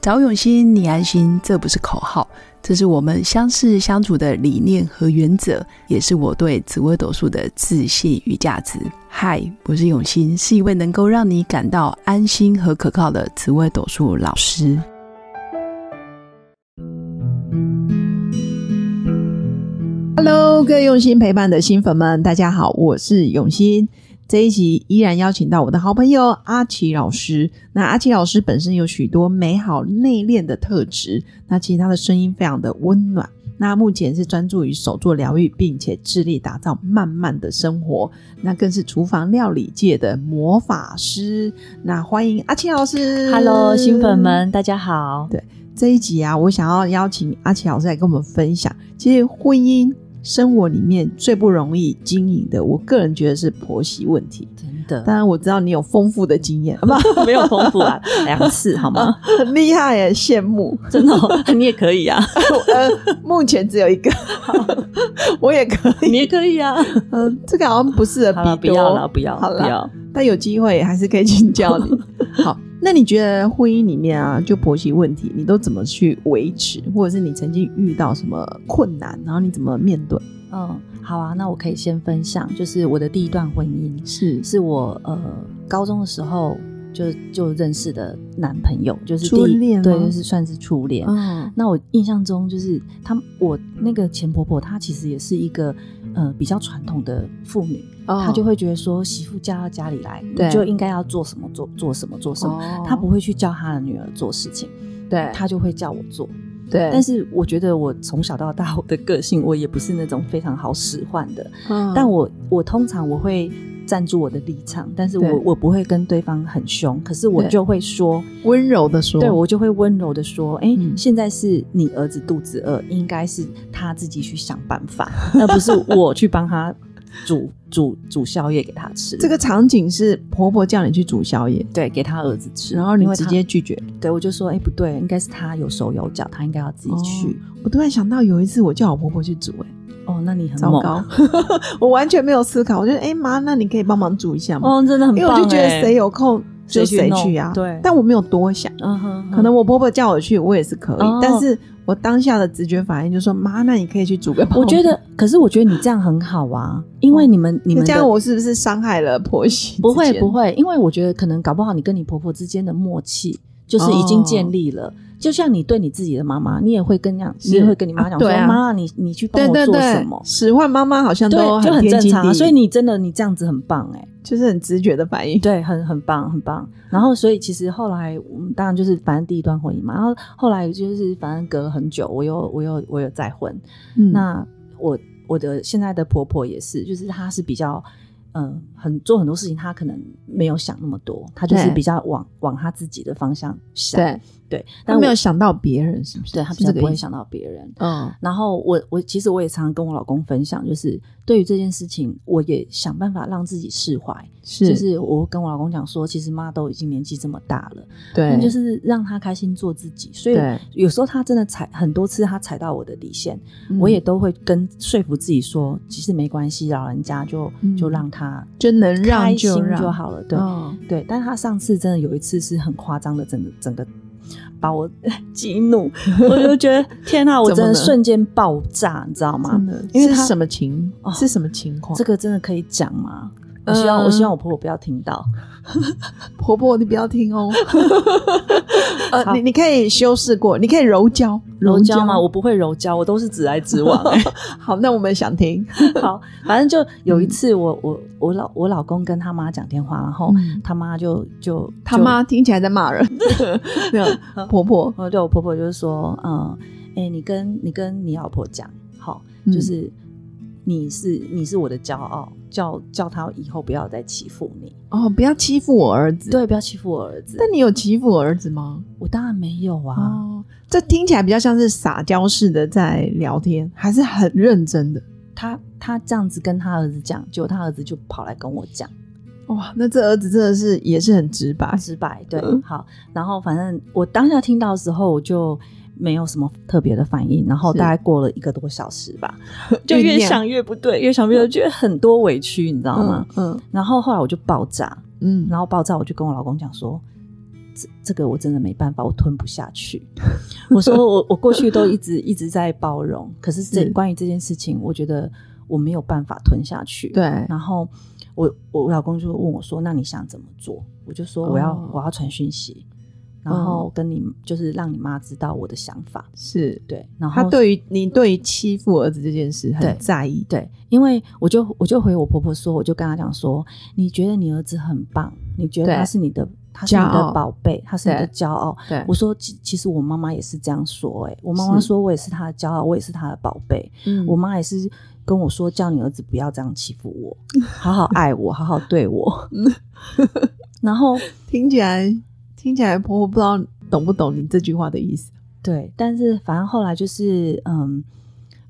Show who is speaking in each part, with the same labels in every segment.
Speaker 1: 找永新，你安心，这不是口号，这是我们相识相处的理念和原则，也是我对紫微斗数的自信与价值。嗨，我是永新，是一位能够让你感到安心和可靠的紫微斗数老师。
Speaker 2: Hello，各位用心陪伴的新粉们，大家好，我是永新。这一集依然邀请到我的好朋友阿奇老师。那阿奇老师本身有许多美好内敛的特质，那其实他的声音非常的温暖。那目前是专注于手作疗愈，并且致力打造慢慢的生活。那更是厨房料理界的魔法师。那欢迎阿奇老师。
Speaker 3: Hello，新粉们，大家好。
Speaker 2: 这一集啊，我想要邀请阿奇老师来跟我们分享，其实婚姻生活里面最不容易经营的，我个人觉得是婆媳问题。
Speaker 3: 真的
Speaker 2: 当然，我知道你有丰富的经验，好 不好？
Speaker 3: 没有丰富啊，两次好吗？
Speaker 2: 很厉害耶，羡慕。
Speaker 3: 真的哦、 你也可以啊，
Speaker 2: 呃，目前只有一个，我也可以。
Speaker 3: 你也可以啊。
Speaker 2: 嗯、这个好像不适
Speaker 3: 好
Speaker 2: 合
Speaker 3: 了，
Speaker 2: 比
Speaker 3: 不
Speaker 2: 多
Speaker 3: 要了，不要，
Speaker 2: 好啦
Speaker 3: 不要。
Speaker 2: 但有机会还是可以请教 你。好，那你觉得婚姻里面啊，就婆媳问题，你都怎么去维持，或者是你曾经遇到什么困难，然后你怎么面对？
Speaker 3: 嗯，好啊，那我可以先分享，就是我的第一段婚姻
Speaker 2: 是
Speaker 3: 是我呃高中的时候就就认识的男朋友，就是第一
Speaker 2: 初恋吗
Speaker 3: 对，就是算是初恋。
Speaker 2: 嗯，
Speaker 3: 那我印象中就是她，我那个前婆婆，她其实也是一个呃比较传统的妇女，她就
Speaker 2: 会
Speaker 3: 会觉得说媳妇嫁到家里来，
Speaker 2: 嗯对哦
Speaker 3: 你就应该要做什么做做什么做什
Speaker 1: 哦
Speaker 3: 么。她不会去叫她的女儿做事情，
Speaker 2: 对
Speaker 3: 她就会叫我做。
Speaker 2: 对，
Speaker 3: 但是我觉得我从小到大我 的个性，我也不是那种非常好使唤的。
Speaker 2: 嗯
Speaker 3: 但我我通常我会站住我的立场，但是
Speaker 2: 对
Speaker 3: 我我不会跟对方很凶，可是我
Speaker 2: 对
Speaker 3: 就会说，
Speaker 2: 温柔的说，
Speaker 3: 对我就会温柔的说，哎、
Speaker 2: 嗯
Speaker 3: 现在是你儿子肚子饿，应该是他自己去想办法，而不是我去帮他煮 煮煮宵夜给他吃。
Speaker 2: 这个场景是婆婆叫你去煮宵夜，
Speaker 3: 对，给他儿子吃，
Speaker 2: 然后你
Speaker 3: 因为
Speaker 2: 直
Speaker 3: 他
Speaker 2: 接拒绝。
Speaker 3: 对我就说，哎、不对，应该是他有手有脚，他应该要自己去。
Speaker 2: 我突然想到有一次我叫我婆婆去煮、哎，
Speaker 3: 哦那你哦很
Speaker 2: 糟
Speaker 3: 猛，
Speaker 2: 糕， 我完全没有思考，我就哎妈、那你可以帮忙煮一下吗？
Speaker 3: 哦，真的很棒、
Speaker 2: 因为我就觉得谁，有空就
Speaker 3: 谁去
Speaker 2: 谁
Speaker 3: 弄
Speaker 2: 去啊，
Speaker 3: 对
Speaker 2: 但我没有多想，
Speaker 3: 嗯哼，
Speaker 2: 可能我婆婆叫我去，我也是可以，
Speaker 3: 哦
Speaker 2: 但是我当下的直觉反应就说妈，那你可以去煮个泡
Speaker 3: 我觉
Speaker 2: 面。
Speaker 3: 得，可是我觉得你这样很好啊，因为你们、你们
Speaker 2: 这
Speaker 3: 的
Speaker 2: 样我是不是伤害了婆媳？
Speaker 3: 不会不，会，因为我觉得可能搞不好你跟你婆婆之间的默契就是已经建立了。就像你对你自己的妈妈，你也会跟那样，
Speaker 2: 是
Speaker 3: 你也会跟你妈讲说：“
Speaker 2: 啊对啊
Speaker 3: 妈，你你去帮
Speaker 2: 对
Speaker 3: 我
Speaker 2: 对
Speaker 3: 做
Speaker 2: 对
Speaker 3: 什么，？”
Speaker 2: 使唤妈妈好像都
Speaker 3: 就很
Speaker 2: 天
Speaker 3: 正
Speaker 2: 经
Speaker 3: 常、
Speaker 2: 地
Speaker 3: 啊。
Speaker 2: 义，
Speaker 3: 所以你真的你这样子很棒哎、
Speaker 2: 就是很直觉的反应。
Speaker 3: 对，很很棒很棒。然后所以其实后来我们当然就是反正第一段婚姻嘛，然后后来就是反正隔了很久，我又我又我又再婚，
Speaker 2: 嗯
Speaker 3: 那我我的现在的婆婆也是，就是她是比较，呃，很做很多事情，她可能没有想那么多，她就是
Speaker 2: 对
Speaker 3: 比较往往她自己的方向想。
Speaker 2: 对，
Speaker 3: 对，
Speaker 2: 他
Speaker 3: 但
Speaker 2: 没
Speaker 3: 我
Speaker 2: 有，想到别人，是不是？
Speaker 3: 对她
Speaker 2: 是
Speaker 3: 比较
Speaker 2: 这个
Speaker 3: 不会
Speaker 2: 意思。
Speaker 3: 想到别人。
Speaker 2: 嗯，
Speaker 3: 然后我我其实我也常常跟我老公分享，就是对于这件事情，我也想办法让自己释怀。
Speaker 2: 是，
Speaker 3: 就是我跟我老公讲说，其实妈都已经年纪这么大了，
Speaker 2: 对，
Speaker 3: 那就是让她开心做自己。所以
Speaker 2: 对，
Speaker 3: 有时候她真的踩很多次，她踩到我的底线，
Speaker 2: 嗯
Speaker 3: 我也都会跟说服自己说，其实没关系，老人家就、
Speaker 2: 嗯
Speaker 3: 就让他
Speaker 2: 就能让
Speaker 3: 开心
Speaker 2: 就让，
Speaker 3: 就好了。对、
Speaker 2: 嗯
Speaker 3: 对，但他上次真的有一次是很夸张的，整个整个把我 激怒，我就觉 得天啊，我
Speaker 2: 怎么
Speaker 3: 真的
Speaker 2: 了嗯
Speaker 3: 瞬间爆炸，你知道吗
Speaker 2: 真？的，
Speaker 3: 因为
Speaker 2: 是
Speaker 3: 他
Speaker 2: 什么情
Speaker 3: 哦
Speaker 2: 是什么情况？
Speaker 3: 这个真的可以讲吗？我希望、
Speaker 2: 嗯
Speaker 3: 我希望我婆婆不要听到。
Speaker 2: 婆婆，你不要听 哦。呃，
Speaker 3: 好
Speaker 2: 你你可以修饰过，你可以柔焦，
Speaker 3: 柔焦吗？我不会柔焦，我都是直来 直往、哎
Speaker 2: 好，那我们想听。
Speaker 3: 好，反正就有一次我，我我老我老公跟他妈讲电话，然后
Speaker 2: 嗯
Speaker 3: 他妈就就
Speaker 2: 他
Speaker 3: 就嗯
Speaker 2: 妈听起来在骂 人，没有婆婆，
Speaker 3: 然后对我婆婆就是说，嗯，哎、你跟你跟你老婆讲，好，
Speaker 2: 嗯
Speaker 3: 就是你是你是我的骄傲，叫叫她以后不要再欺负你，
Speaker 2: 哦，不要欺负我儿子。，
Speaker 3: 对，不要欺负我儿子。
Speaker 2: 但你有欺负我儿子吗？
Speaker 3: 我当然没有啊，
Speaker 2: 哦，这听起来比较像是撒娇式的在聊天，还是很认真的。
Speaker 3: 她她这样子跟她儿子讲，结果她儿子就跑来跟我讲，
Speaker 2: 哇，那这儿子真的是也是很直白，
Speaker 3: 直白，啊对，
Speaker 2: 嗯
Speaker 3: 好，然后反正我当下听到的时候，我就。没有什么特别的反应，然后
Speaker 2: 是
Speaker 3: 大概过了一个多小时 吧，就越
Speaker 2: 酝酿
Speaker 3: 想越不对，越想越觉得很多委屈，你知道吗？
Speaker 2: 嗯
Speaker 3: 然后后来我就爆炸，
Speaker 2: 嗯，
Speaker 3: 然后爆炸，我就跟我老公讲说，这这个我真的没办法，我吞不下 去。我说我我过去都一直一直在包容，可是这
Speaker 2: 是
Speaker 3: 关于这件事情，我觉得我没有办法吞下去。
Speaker 2: 对，
Speaker 3: 然后我我老公就问我说：“那你想怎么做？”我就说：“我要、
Speaker 2: 哦嗯
Speaker 3: 我要传讯息，然后跟你、就是让你妈知道我的想法。
Speaker 2: 是”
Speaker 3: 对，然
Speaker 2: 他
Speaker 3: 后
Speaker 2: 对于你对于欺负儿子这件事
Speaker 3: 对
Speaker 2: 很在意，
Speaker 3: 对，因为我就我就回我婆婆说，我就跟她讲说：“你觉得你儿子很棒，你觉得
Speaker 2: 对
Speaker 3: 他是你的他是你
Speaker 2: 骄傲
Speaker 3: 的宝贝，他是你的
Speaker 2: 对
Speaker 3: 骄傲。”
Speaker 2: 对
Speaker 3: 我说：“其其实我妈妈也是这样说、欸，我妈妈
Speaker 2: 是
Speaker 3: 说我也是她的骄傲，我也是她的宝贝。”
Speaker 2: 嗯
Speaker 3: 我妈也是跟我说，叫你儿子不要这样欺负我，好好爱我，好好 对我。然后
Speaker 2: 听起来听起来婆婆不知道懂不懂你这句话的意思，
Speaker 3: 对，但是反正后来就是嗯，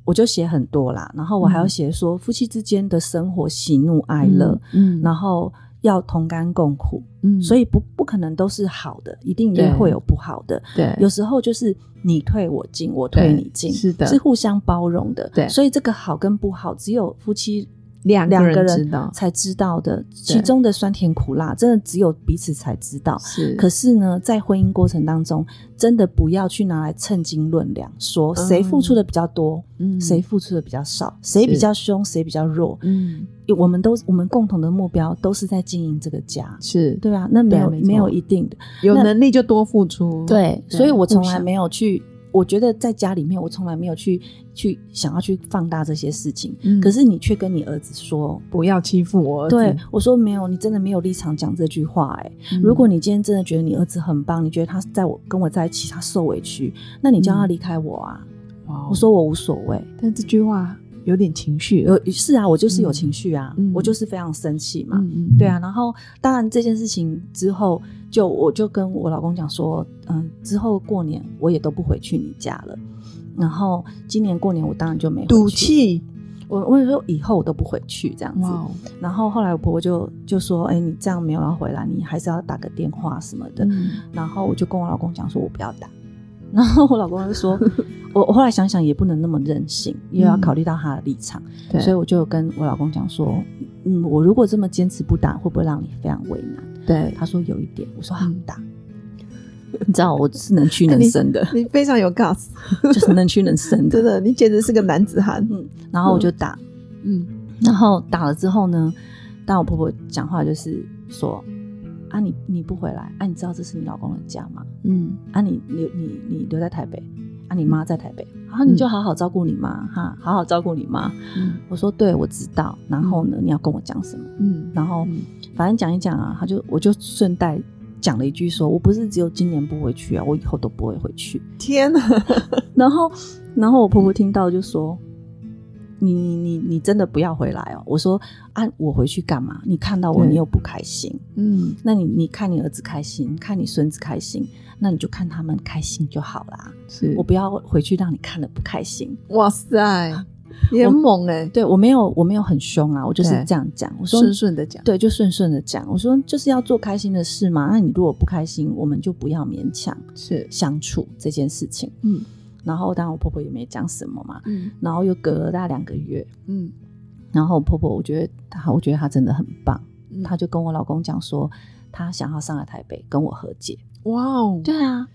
Speaker 3: 我就写很多啦，然后我还要
Speaker 2: 嗯
Speaker 3: 写说、夫妻之间的生活喜怒哀乐，
Speaker 2: 嗯
Speaker 3: 然后要同甘共苦，
Speaker 2: 嗯
Speaker 3: 所
Speaker 2: 以
Speaker 3: 以不不可能都是好的，一定也
Speaker 2: 对
Speaker 3: 会有不好的。
Speaker 2: 对
Speaker 3: 有时候就是你退我进，我
Speaker 2: 对
Speaker 3: 退你进，
Speaker 2: 是的
Speaker 3: 是互相包容的。
Speaker 2: 对
Speaker 3: 所以这个好跟不好，只有夫妻
Speaker 2: 两
Speaker 3: 两
Speaker 2: 个
Speaker 3: 个
Speaker 2: 人
Speaker 3: 人
Speaker 2: 知道
Speaker 3: 才知道的，其中的酸甜苦辣，真的只有彼此才知道。
Speaker 2: 是
Speaker 3: 可是呢，在婚姻过程当中，真的不要去拿来称斤论两，说
Speaker 2: 嗯
Speaker 3: 谁付出的比较多，
Speaker 2: 嗯
Speaker 3: 谁付出的比较少，谁比较凶，谁比较弱。
Speaker 2: 嗯
Speaker 3: 我们都我们共同的目标都是在经营这个家，
Speaker 2: 是
Speaker 3: 对啊，那没有
Speaker 2: 对没错
Speaker 3: 没有一定的，
Speaker 2: 有
Speaker 3: 那
Speaker 2: 能力就多付出，
Speaker 3: 对，
Speaker 2: 对
Speaker 3: 所以我从
Speaker 2: 互
Speaker 3: 来
Speaker 2: 相
Speaker 3: 没有去，我觉得在家里面，我从来没有去去想要去放大这些事情。
Speaker 2: 嗯
Speaker 3: 可是你却跟你儿子说，
Speaker 2: 不要欺负我儿子，
Speaker 3: 对我说没有，你真的没有立场讲这句话、欸。
Speaker 2: 嗯
Speaker 3: 如果你今天真的觉得你儿子很棒，你觉得他在我跟我在一起他受委屈，那你叫
Speaker 2: 嗯
Speaker 3: 他离开我啊。
Speaker 2: 哇哦
Speaker 3: 我说我无所谓，
Speaker 2: 但这句话有点情绪，
Speaker 3: 有是啊，我就是有情绪啊，
Speaker 2: 嗯
Speaker 3: 我就是非常生气嘛。
Speaker 2: 嗯嗯
Speaker 3: 对啊，然后当然这件事情之后，就我就跟我老公讲说，嗯，之后过年我也都不回去你家了。然后今年过年我当然就没回去
Speaker 2: 赌，气，嗯
Speaker 3: 我我说以后我都不回去这样子。
Speaker 2: 哇，哦
Speaker 3: 然后后来我婆婆就就说，哎，你这样没有要回来，你还是要打个电话什么的。
Speaker 2: 嗯
Speaker 3: 然后我就跟我老公讲说，我不要打。 然后我老公就 说，我我后来想想也不能那么任性，也要
Speaker 2: 嗯
Speaker 3: 考虑到他的立场。
Speaker 2: 对，
Speaker 3: 所以我就跟我老公讲说，嗯，我如果这么坚持不打，会不会让你非常为难？
Speaker 2: 对
Speaker 3: 他说有一点，我说好
Speaker 2: 嗯
Speaker 3: 打。你知道我是能屈能伸 的，
Speaker 2: 你非常有 guts，
Speaker 3: 就是能屈能伸 的
Speaker 2: 真。的，你简直是个男子汉，
Speaker 3: 嗯，然后我就打，
Speaker 2: 嗯，
Speaker 3: 然后打了之后呢，当我婆婆讲话就是说，啊你你不回来，啊你知道这是你老公的家吗？
Speaker 2: 嗯
Speaker 3: 啊你你你你留在台北，啊你妈在台北，啊你就好好照顾你妈哈，好好照顾你妈。
Speaker 2: 嗯
Speaker 3: 我说对，我知道。然后呢，你要跟我讲什么？
Speaker 2: 嗯，
Speaker 3: 然后
Speaker 2: 嗯
Speaker 3: 反正讲一讲啊，他就我就顺带讲了一句说，我不是只有今年不回去啊，我以后都不会回去。
Speaker 2: 天哪，
Speaker 3: 然后，然后我婆婆听到就说：“你你你你真的不要回来哦！”我说：“啊，我回去干嘛？你看到我，
Speaker 2: 对
Speaker 3: 你又不开心。
Speaker 2: 嗯
Speaker 3: 那你你看你儿子开心，看你孙子开心，那你就看他们开心就好啦。
Speaker 2: 是
Speaker 3: 我不要回去让你看了不开心。
Speaker 2: 哇 塞，你很猛哎，
Speaker 3: 对我没有我没有很凶啊，我就是
Speaker 2: 对
Speaker 3: 这样讲。我说
Speaker 2: 顺顺的讲，
Speaker 3: 对，就顺顺的讲。我说就是要做开心的事嘛。那你如果不开心，我们就不要勉强
Speaker 2: 是，
Speaker 3: 相处这件事情。
Speaker 2: 嗯
Speaker 3: 然后当然我婆婆也没讲什么嘛。
Speaker 2: 嗯
Speaker 3: 然后又隔了大概两个月，
Speaker 2: 嗯，
Speaker 3: 然后我婆婆我觉得她，我觉得她真的很棒，
Speaker 2: 嗯
Speaker 3: 她就跟我老公讲说，她想要上来台北跟我和解。
Speaker 2: 哇哦，
Speaker 3: 对啊，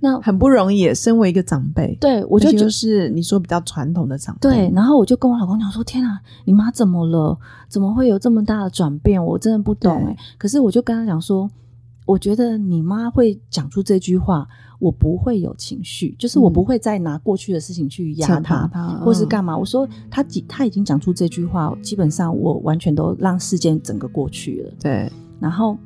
Speaker 3: 那
Speaker 2: 很不容易耶，身为一个长辈，
Speaker 3: 对我就
Speaker 2: 而且
Speaker 3: 觉
Speaker 2: 又
Speaker 3: 得。
Speaker 2: 是嗯你说比较传统的长辈，
Speaker 3: 对，然后我就跟我老公讲说：“天啊，你妈怎么了？怎么会有这么大的转变？我真的不懂
Speaker 2: 对
Speaker 3: 哎、可是我就跟他讲说，我觉得你妈会讲出这句话，我不会有情绪，就是我
Speaker 2: 嗯
Speaker 3: 不会再拿过去的事情去压
Speaker 2: 惩
Speaker 3: 她
Speaker 2: 罚，他，
Speaker 3: 或是
Speaker 2: 嗯
Speaker 3: 干嘛。我说她几，她已经讲出这句话，基本上我完全都让事件整个过去了。
Speaker 2: 对，
Speaker 3: 然后，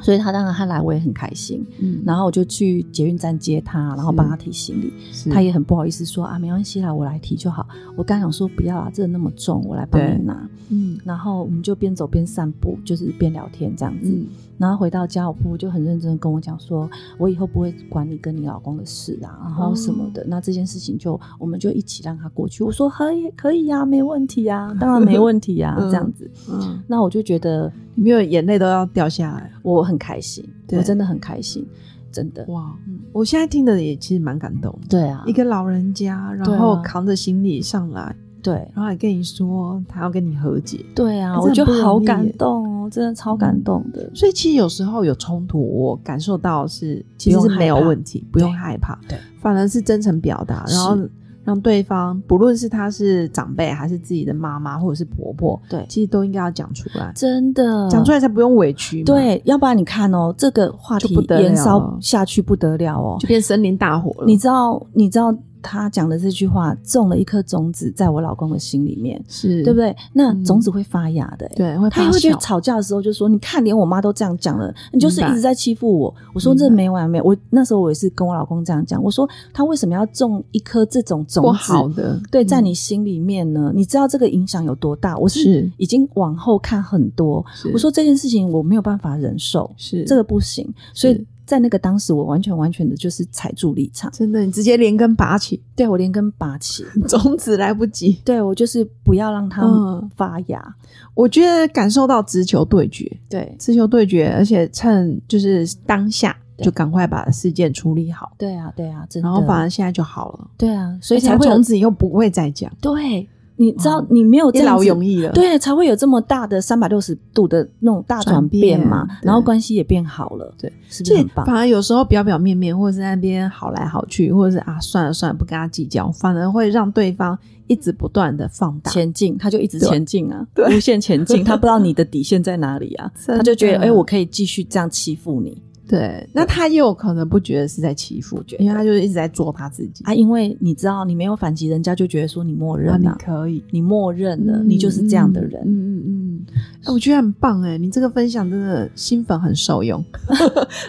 Speaker 3: 所以她当然她来我也很开心。
Speaker 2: 嗯
Speaker 3: 然后我就去捷运站接她，然后帮
Speaker 2: 是
Speaker 3: 她提行李。
Speaker 2: 是
Speaker 3: 他也很不好意思说啊，没关系啦，我来提就好。我刚想说不要啦，这个那么重，我来帮
Speaker 2: 对
Speaker 3: 你拿。
Speaker 2: 嗯
Speaker 3: 然后我们就边走边散步，就是边聊天这样子。
Speaker 2: 嗯
Speaker 3: 然后回到家，我婆婆就很认真地跟我讲说，我以后不会管你跟你老公的事啊，然后什么的。
Speaker 2: 哦
Speaker 3: 那这件事情就我们就一起让他过去。我说可以，可以呀、没问题呀、 当然没问题呀、
Speaker 2: 嗯
Speaker 3: 这样子。
Speaker 2: 嗯，
Speaker 3: 那我就觉得
Speaker 2: 你没有眼泪都要掉下来，啊
Speaker 3: 我很开心，
Speaker 2: 对
Speaker 3: 我真的很开心，真的。
Speaker 2: 哇
Speaker 3: 嗯！
Speaker 2: 我现在听的也其实蛮感动的，
Speaker 3: 对啊，
Speaker 2: 一个老人家，然
Speaker 3: 对啊
Speaker 2: 后扛着行李上来，
Speaker 3: 对
Speaker 2: 然后还跟你说他要跟你和解，
Speaker 3: 对啊，
Speaker 2: 哎这
Speaker 3: 我
Speaker 2: 很
Speaker 3: 就
Speaker 2: 不容
Speaker 3: 好
Speaker 2: 易
Speaker 3: 感
Speaker 2: 耶嗯
Speaker 3: 动哦，真的超感动的。
Speaker 2: 所以其实有时候有冲突，我感受到是其实
Speaker 3: 不
Speaker 2: 是
Speaker 3: 用害怕
Speaker 2: 没有问题，不用害怕，
Speaker 3: 对
Speaker 2: 反而是真诚表达，
Speaker 3: 是
Speaker 2: 然后让对方不论是他是长辈还是自己的妈妈或者是婆婆，
Speaker 3: 对
Speaker 2: 其实都应该要讲出来，
Speaker 3: 真的
Speaker 2: 讲出来才不用委屈嘛，
Speaker 3: 对，要不然你看哦，这个话
Speaker 2: 就
Speaker 3: 题
Speaker 2: 不得
Speaker 3: 延
Speaker 2: 了
Speaker 3: 烧
Speaker 2: 了
Speaker 3: 下去不得了哦。
Speaker 2: 就变森林大火了。
Speaker 3: 你知道，你知道他讲的这句话种了一颗种子在我老公的心里面，
Speaker 2: 是
Speaker 3: 对不
Speaker 2: 对？
Speaker 3: 对？那
Speaker 2: 嗯
Speaker 3: 种子会发芽的、欸。
Speaker 2: 对，会
Speaker 3: 他
Speaker 2: 发
Speaker 3: 也会去
Speaker 2: 酵
Speaker 3: 吵架的时候就说：“你看，连我妈都这样讲了，你就是
Speaker 2: 明白
Speaker 3: 一直在欺负我。”我说：“
Speaker 2: 明白
Speaker 3: 这没完没了。”我那时候我也是跟我老公这样讲，我说：“他为什么要种一颗这种种子？
Speaker 2: 不好的，
Speaker 3: 对，
Speaker 2: 嗯
Speaker 3: 在你心里面呢，你知道这个影响有多大？我是
Speaker 2: 是
Speaker 3: 已经往后看很多，
Speaker 2: 是
Speaker 3: 我说这件事情我没有办法忍受，
Speaker 2: 是
Speaker 3: 这个不行。所以在那个当时，我完全完全的就是踩住立场，
Speaker 2: 真的，你直接连根拔起，
Speaker 3: 对我连根拔起，
Speaker 2: 种子来不及。
Speaker 3: 对我就是不要让它
Speaker 2: 嗯
Speaker 3: 发芽。
Speaker 2: 我觉得感受到直球对决，
Speaker 3: 对
Speaker 2: 直球对决，而且趁就是当下
Speaker 3: 对
Speaker 2: 就赶快把事件处理好，
Speaker 3: 对啊，对啊，真的。
Speaker 2: 然后反而哎现在就好了，
Speaker 3: 对啊，所以
Speaker 2: 而且
Speaker 3: 才会有
Speaker 2: 从此以后不会再讲，
Speaker 3: 对，你知道你没有
Speaker 2: 哦
Speaker 3: 这
Speaker 2: 一
Speaker 3: 样
Speaker 2: 劳
Speaker 3: 子
Speaker 2: 永逸了。，啊
Speaker 3: 对，才会有这么大的三百六十度的那种大转变嘛
Speaker 2: 转变，对
Speaker 3: 然后关系也变好了，
Speaker 2: 对，
Speaker 3: 是不
Speaker 2: 所
Speaker 3: 是
Speaker 2: 以
Speaker 3: 很棒？
Speaker 2: 反而有时候表表面面，或者是在那边好来好去，或者是啊算了算了，不跟他计较，反而会让对方一直不断的放大。
Speaker 3: 前进，他就一直
Speaker 2: 对
Speaker 3: 前进啊，
Speaker 2: 对
Speaker 3: 无限前进，他不知道你的底线在哪里啊，
Speaker 2: 真的
Speaker 3: 他就觉得哎、我可以继续这样欺负你
Speaker 2: 对，那他也有可能不觉得是在欺负，因为他就是一直在做他自己
Speaker 3: 啊，因为你知道你没有反击，人家就觉得说你默认
Speaker 2: 啊你
Speaker 3: 了、
Speaker 2: 可以。
Speaker 3: 你默认了，
Speaker 2: 嗯
Speaker 3: 你就是这样的人。
Speaker 2: 嗯嗯嗯嗯、哎我觉得很棒哎，你这个分享真的新粉很受用，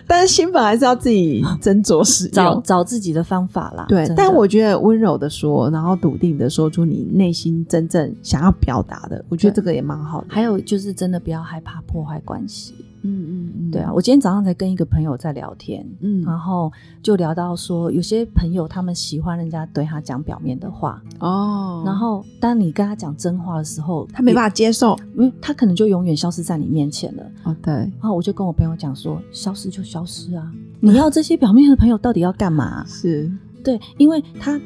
Speaker 2: 但是新粉还是要自己斟酌使
Speaker 3: 找
Speaker 2: 用。
Speaker 3: 找自己的方法啦，
Speaker 2: 对
Speaker 3: 真，的
Speaker 2: 但我觉得温柔的说，然后笃定的说出你内心真正想要表达的，我觉得
Speaker 3: 对
Speaker 2: 这个也蛮好的。
Speaker 3: 还有就是真的不要害怕破坏关系，
Speaker 2: 嗯嗯嗯
Speaker 3: 对啊，，我今天早上才跟一个朋友在聊天，
Speaker 2: 嗯
Speaker 3: 然后就聊到说，有些朋友他们喜欢人家对他讲表面的话，
Speaker 2: 哦，
Speaker 3: 然后当你跟他讲真话的时候，
Speaker 2: 他没办
Speaker 3: 法，
Speaker 2: 法接受。
Speaker 3: 因为他可能就永远消失在你面前了。
Speaker 2: 哦，对，
Speaker 3: 然后我就跟我朋友讲说，消失就消失啊，你要这些表面的朋友到底要干嘛、啊
Speaker 2: 是
Speaker 3: 对，因为他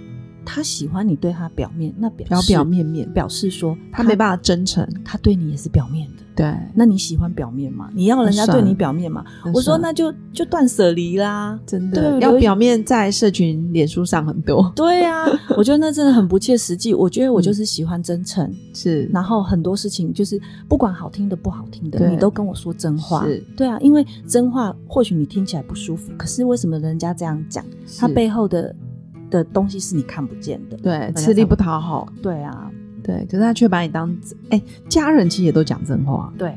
Speaker 3: 他喜欢你对他表面，那
Speaker 2: 表
Speaker 3: 表示
Speaker 2: 表面面，
Speaker 3: 表示说
Speaker 2: 他没办法真诚。
Speaker 3: 他对你也是表面的。
Speaker 2: 对，
Speaker 3: 那你喜欢表面吗？你要人家
Speaker 2: 算
Speaker 3: 对
Speaker 2: 了
Speaker 3: 你表面吗？我说那就就断舍离啦。
Speaker 2: 真
Speaker 3: 对
Speaker 2: 的要
Speaker 3: 有一
Speaker 2: 表面在社群、脸书上很多，
Speaker 3: 对啊，我觉得那真的很不切实际。我觉得
Speaker 2: 嗯
Speaker 3: 我就是喜欢真诚，
Speaker 2: 是
Speaker 3: 然后很多事情就是不管好听的不好听的，
Speaker 2: 对
Speaker 3: 你都跟我说真话
Speaker 2: 是。
Speaker 3: 对啊，因为真话或许你听起来不舒服，可是为什么人家这样讲，他
Speaker 2: 是
Speaker 3: 背后的的东西是你看不见的。
Speaker 2: 对，
Speaker 3: 嗯家
Speaker 2: 吃力
Speaker 3: 常
Speaker 2: 不讨好，
Speaker 3: 对啊，
Speaker 2: 对，可是他却把你当哎、家人其实也都讲真话，
Speaker 3: 对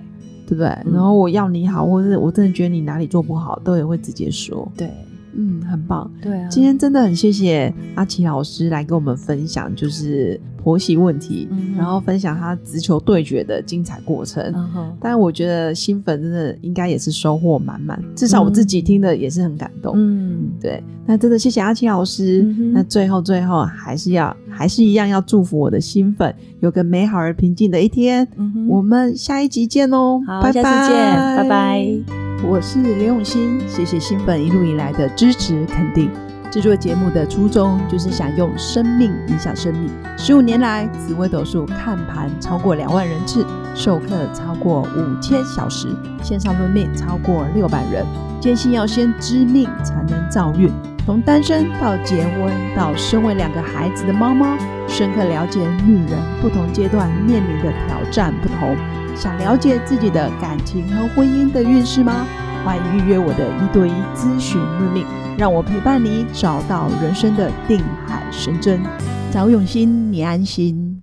Speaker 2: 对不对？
Speaker 3: 嗯
Speaker 2: 然后我要你好，或是我真的觉得你哪里做不好，都也会直接说，
Speaker 3: 对
Speaker 2: 嗯，很棒。
Speaker 3: 对啊，
Speaker 2: 今天真的很谢谢阿奇老师来跟我们分享，就是婆媳问题，
Speaker 3: 嗯哼
Speaker 2: 然后分享他直球对决的精彩过程。
Speaker 3: 嗯哼
Speaker 2: 但我觉得新粉真的应该也是收获满满，至少我自己听的也是很感动。
Speaker 3: 嗯，
Speaker 2: 对，那真的谢谢阿青老师。
Speaker 3: 嗯哼
Speaker 2: 那最后最后还是要还是一样要祝福我的新粉有个美好而平静的一天。
Speaker 3: 嗯哼
Speaker 2: 我们下一集见哦，
Speaker 3: 好，
Speaker 2: 拜拜，
Speaker 3: 下次见，拜拜。
Speaker 2: 我是刘永新，谢谢新粉一路以来的支持肯定。制作节目的初衷就是想用生命影响生命。十五年来，紫微斗数看盘超过两万人次，授课超过五千小时，线上论命超过六百人。坚信要先知命才能造运，从单身到结婚，到身为两个孩子的妈妈，深刻了解女人不同阶段面临的挑战不同。想了解自己的感情和婚姻的运势吗？欢迎预约我的一对一咨询任命，让我陪伴你找到人生的定海神针。找永新，你安心。